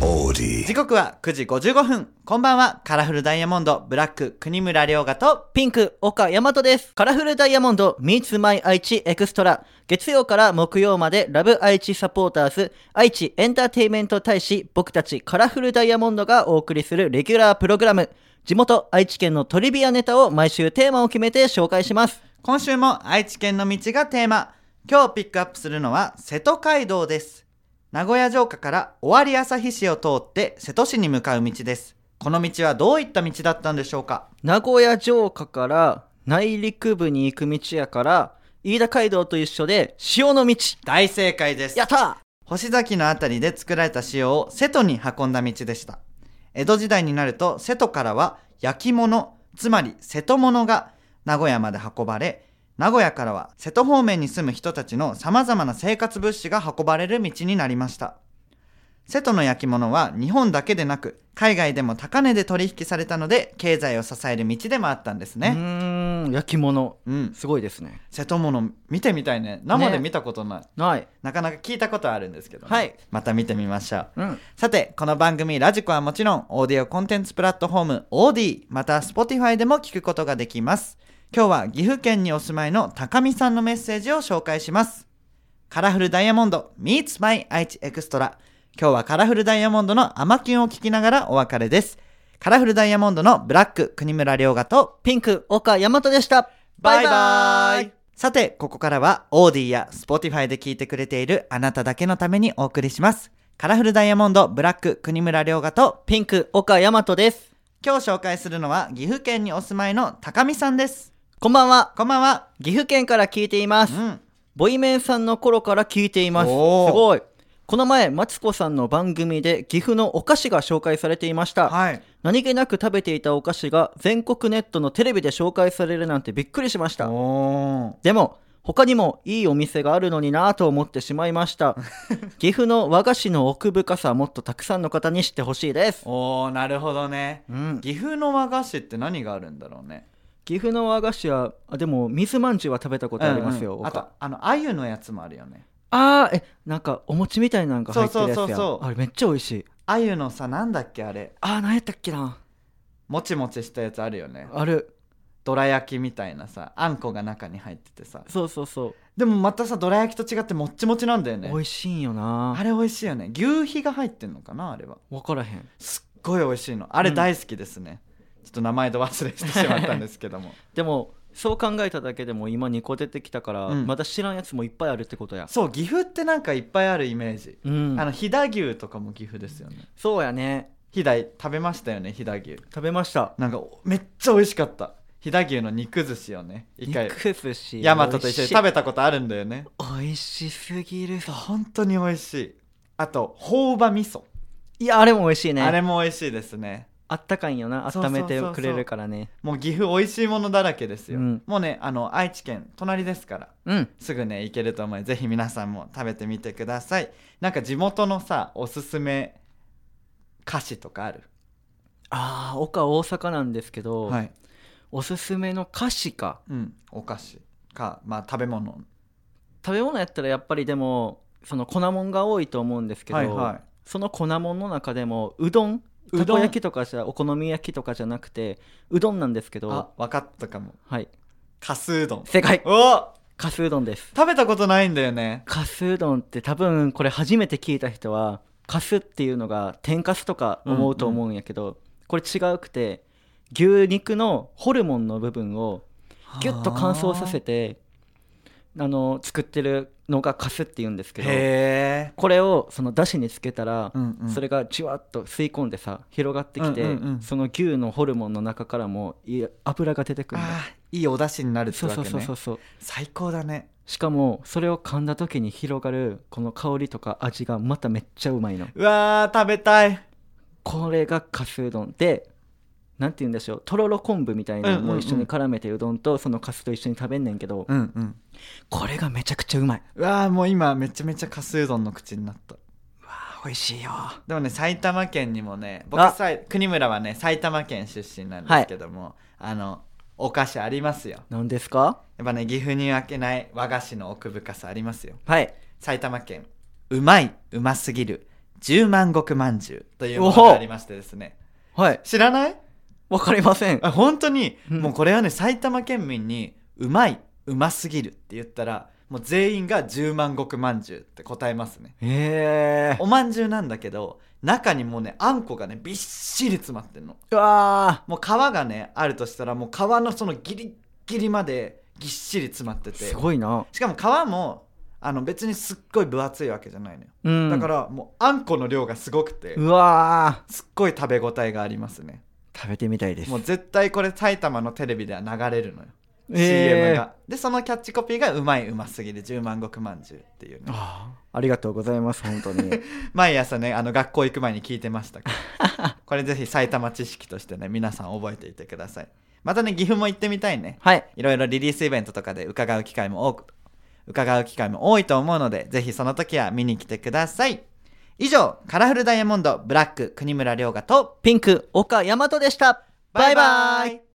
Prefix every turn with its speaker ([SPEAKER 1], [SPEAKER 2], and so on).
[SPEAKER 1] melody.
[SPEAKER 2] 時刻は9時55分。こんばんは、カラフルダイヤモンド、ブラック、国村良賀と、
[SPEAKER 3] ピンク、岡大和です。カラフルダイヤモンド、Meets My 愛知エクストラ。月曜から木曜まで、ラブ愛知サポーターズ、愛知エンターテイメント大使、僕たちカラフルダイヤモンドがお送りするレギュラープログラム。地元、愛知県のトリビアネタを毎週テーマを決めて紹介します。
[SPEAKER 2] 今週も愛知県の道がテーマ。今日ピックアップするのは瀬戸街道です。名古屋城下から尾張旭市を通って瀬戸市に向かう道です。この道はどういった道だったんでしょうか
[SPEAKER 3] 名古屋城下から内陸部に行く道やから、飯田街道と一緒で、潮の道。
[SPEAKER 2] 大正解です。
[SPEAKER 3] やったー
[SPEAKER 2] 星崎のあたりで作られた塩を瀬戸に運んだ道でした江戸時代になると瀬戸からは焼き物つまり瀬戸物が名古屋まで運ばれ名古屋からは瀬戸方面に住む人たちのさまざまな生活物資が運ばれる道になりました瀬戸の焼き物は日本だけでなく海外でも高値で取引されたので経済を支える道でもあったんです
[SPEAKER 3] う
[SPEAKER 2] ね
[SPEAKER 3] ーん、焼き物。
[SPEAKER 2] うん
[SPEAKER 3] すごいですね。
[SPEAKER 2] 瀬戸物見てみたいね生で見たことない、
[SPEAKER 3] はい。
[SPEAKER 2] なかなか聞いたことはあるんですけどね、
[SPEAKER 3] はい
[SPEAKER 2] また見てみましょう
[SPEAKER 3] うん。
[SPEAKER 2] さて、この番組ラジコはもちろん、オーディオコンテンツプラットフォーム OD、また Spotify でも聞くことができます。今日は岐阜県にお住まいの高見さんのメッセージを紹介します。カラフルダイヤモンド Meets My 愛知エクストラ。今日はカラフルダイヤモンドのアマキュンを聞きながらお別れです。カラフルダイヤモンドのブラック国村良賀と
[SPEAKER 3] ピンク、岡大和でした。
[SPEAKER 2] バイバイさて、ここからは、オーディや Spotify で聞いてくれているあなただけのためにお送りします。カラフルダイヤモンド、ブラック、国村良賀と、
[SPEAKER 3] ピンク、岡大和です。
[SPEAKER 2] 今日紹介するのは、岐阜県にお住まいの高見さんです。
[SPEAKER 3] こんばんは。
[SPEAKER 2] こんばんは。
[SPEAKER 3] 岐阜県から聞いていま
[SPEAKER 2] う
[SPEAKER 3] す。
[SPEAKER 2] ん。
[SPEAKER 3] ボイメンさんの頃から聞いています。す
[SPEAKER 2] おー
[SPEAKER 3] ごい。この前、マツコさんの番組で岐阜のお菓子が紹介されていました。
[SPEAKER 2] はい。
[SPEAKER 3] 何気なく食べていたお菓子が全国ネットのテレビで紹介されるなんてびっくりしました。
[SPEAKER 2] おー。
[SPEAKER 3] でも他にもいいお店があるのになぁと思ってしまいました 岐阜の和菓子の奥深さもっとたくさんの方に知ってほしいです、
[SPEAKER 2] おー、なるほどね。
[SPEAKER 3] うん、
[SPEAKER 2] 岐阜の和菓子って何があるんだろうね。
[SPEAKER 3] 岐阜の和菓子はあでも水まんじゅうは食べたことありますよ、
[SPEAKER 2] うんうんあ
[SPEAKER 3] 僕
[SPEAKER 2] と、あの、鮎のやつもあるよね。
[SPEAKER 3] あーえなんかお餅みたいなのが入ってるやつや
[SPEAKER 2] そうそうそうそう
[SPEAKER 3] あれめっちゃ美味しい
[SPEAKER 2] 鮎のさ、なんだっけあれ。
[SPEAKER 3] あー何やったっけな
[SPEAKER 2] もちもちしたやつあるよね。
[SPEAKER 3] あれ
[SPEAKER 2] どら焼きみたいなさ、あんこが中に入っててさ。
[SPEAKER 3] そうそうそう、
[SPEAKER 2] でもまたさどら焼きと違ってもっちもちなんだよね
[SPEAKER 3] 美味しいんよ
[SPEAKER 2] あ
[SPEAKER 3] な
[SPEAKER 2] れ美味しいよね牛皮が入ってんのかなあれは
[SPEAKER 3] 分からへん
[SPEAKER 2] すっごい美味しいのあれ大好きですね、ちょっと名前と忘れしてしまったんですけ ども
[SPEAKER 3] でもそう考えただけでも今2個出てきたから、
[SPEAKER 2] うん
[SPEAKER 3] まだ知らんやつもいっぱいあるってことや
[SPEAKER 2] そう岐阜ってなんかいっぱいあるイメージ、
[SPEAKER 3] うん
[SPEAKER 2] あの飛騨牛とかも岐阜ですよね
[SPEAKER 3] そうやね
[SPEAKER 2] 飛騨食べましたよね飛騨牛
[SPEAKER 3] 食べました
[SPEAKER 2] なんかおめっちゃ美味しかった飛騨牛の肉寿司をね一回
[SPEAKER 3] 肉寿司
[SPEAKER 2] ヤマトと一緒に
[SPEAKER 3] 美味しい
[SPEAKER 2] 食べたことあるんだよね
[SPEAKER 3] 美味しすぎる
[SPEAKER 2] 本当に美味しいあと朴葉味噌、
[SPEAKER 3] いやあれも美味しいね
[SPEAKER 2] あ
[SPEAKER 3] あ
[SPEAKER 2] れも美味しいですね
[SPEAKER 3] ったかいんよな
[SPEAKER 2] そうそう
[SPEAKER 3] 温
[SPEAKER 2] そう
[SPEAKER 3] め
[SPEAKER 2] そう
[SPEAKER 3] てくれるからね
[SPEAKER 2] もう岐阜美味しいものだらけですよ、
[SPEAKER 3] うん
[SPEAKER 2] もうねあの愛知県隣ですから
[SPEAKER 3] うん
[SPEAKER 2] すぐね行けると思うのでぜひ皆さんも食べてみてくださいなんか地元のさおすすめ菓子とかある
[SPEAKER 3] ああ岡大阪なんですけど、
[SPEAKER 2] はい、
[SPEAKER 3] おすすめの菓子か
[SPEAKER 2] うん、お菓子かまあ食べ物
[SPEAKER 3] 食べ物やったらやっぱりでもその粉もんが多いと思うんですけど、
[SPEAKER 2] はいは
[SPEAKER 3] その粉もんの中でもうどん
[SPEAKER 2] うどん
[SPEAKER 3] たこ焼きとかじゃお好み焼きとかじゃなくてうどんなんですけ
[SPEAKER 2] い
[SPEAKER 3] ど
[SPEAKER 2] あ分かったかも
[SPEAKER 3] はい
[SPEAKER 2] かすうどん
[SPEAKER 3] 正解
[SPEAKER 2] お
[SPEAKER 3] かすうどんです
[SPEAKER 2] 食べたことないんだよね
[SPEAKER 3] かすうどんって多分これ初めて聞いた人はかすっていうのが天かすとか思うと思うんやけど、これ違うくて牛肉のホルモンの部分をギュッと乾燥させ
[SPEAKER 2] て
[SPEAKER 3] てあの作ってるのがかすっていうんですけど
[SPEAKER 2] へえ、
[SPEAKER 3] これをそのだしにつけたら、
[SPEAKER 2] うんうん
[SPEAKER 3] それがじわっと吸い込んでさ広がってきて、
[SPEAKER 2] うんうんうん
[SPEAKER 3] その牛のホルモンの中からもいい脂が出てくるんだ
[SPEAKER 2] あーいいお出汁になるって
[SPEAKER 3] そう
[SPEAKER 2] わけ
[SPEAKER 3] そ
[SPEAKER 2] ね
[SPEAKER 3] うそうそうそう
[SPEAKER 2] 最高だね
[SPEAKER 3] しかもそれを噛んだ時に広がるこの香りとか味がまためっちゃうまいの
[SPEAKER 2] うわー食べたい
[SPEAKER 3] これがかすうどんでなんて言うんでしょうとろろ昆布みたいなの
[SPEAKER 2] うんうんうん
[SPEAKER 3] も一緒に絡めてうどんとそのかすと一緒に食べんねんけど、
[SPEAKER 2] うんうん
[SPEAKER 3] これがめちゃくちゃうまいう
[SPEAKER 2] わーもう今めちゃめちゃかすうどんの口になった
[SPEAKER 3] あ美味しいよ
[SPEAKER 2] でもね埼玉県にもね
[SPEAKER 3] あ
[SPEAKER 2] 僕さい国村はね埼玉県出身なんですけども、あのお菓子ありますよ
[SPEAKER 3] 何ですか
[SPEAKER 2] やっぱね岐阜に負けない和菓子の奥深さありますよ
[SPEAKER 3] はい
[SPEAKER 2] 埼玉県うまいうますぎる十万石まんじゅうというものがありましてですね
[SPEAKER 3] はい。
[SPEAKER 2] 知らない
[SPEAKER 3] わかりません。
[SPEAKER 2] あ本当に
[SPEAKER 3] うん
[SPEAKER 2] もうこれはね埼玉県民に「うまいうますぎる」って言ったらもう全員が十万石まんじゅうって答えますね
[SPEAKER 3] へえ。
[SPEAKER 2] おまんじゅうなんだけど中にもうねあんこがねびっしり詰まってんの
[SPEAKER 3] うわ
[SPEAKER 2] もう皮がねあるとしたらもう皮のそのギリギリまでぎっしり詰まって
[SPEAKER 3] ー。
[SPEAKER 2] て
[SPEAKER 3] すごいな。
[SPEAKER 2] しかも皮もあの別にすっごい分厚いわけじゃないのよ、
[SPEAKER 3] うん。
[SPEAKER 2] だからもうあんこの量がすごくて
[SPEAKER 3] うわ
[SPEAKER 2] すっごい食べ応えがありますね
[SPEAKER 3] ー。食べてみたいです。
[SPEAKER 2] もう絶対これ埼玉のテレビでは流れるのよ、CM
[SPEAKER 3] えー
[SPEAKER 2] がでそのキャッチコピーが「うまいうますぎる十万石まんじゅう」っていうね
[SPEAKER 3] あーありがとうございます、本当に。
[SPEAKER 2] 毎朝ねあの学校行く前に聞いてましたからこれぜひ埼玉知識としてね皆さん覚えていてくださいまたね岐阜も行ってみたいね
[SPEAKER 3] はい。
[SPEAKER 2] いろいろリリースイベントとかで伺う機会も多く、伺う機会も多いと思うので、ぜひその時は見に来てください。以上、カラフルダイヤモンド、ブラック、国村良賀と、
[SPEAKER 3] ピンク、岡大和でした。バイバイ。
[SPEAKER 2] イ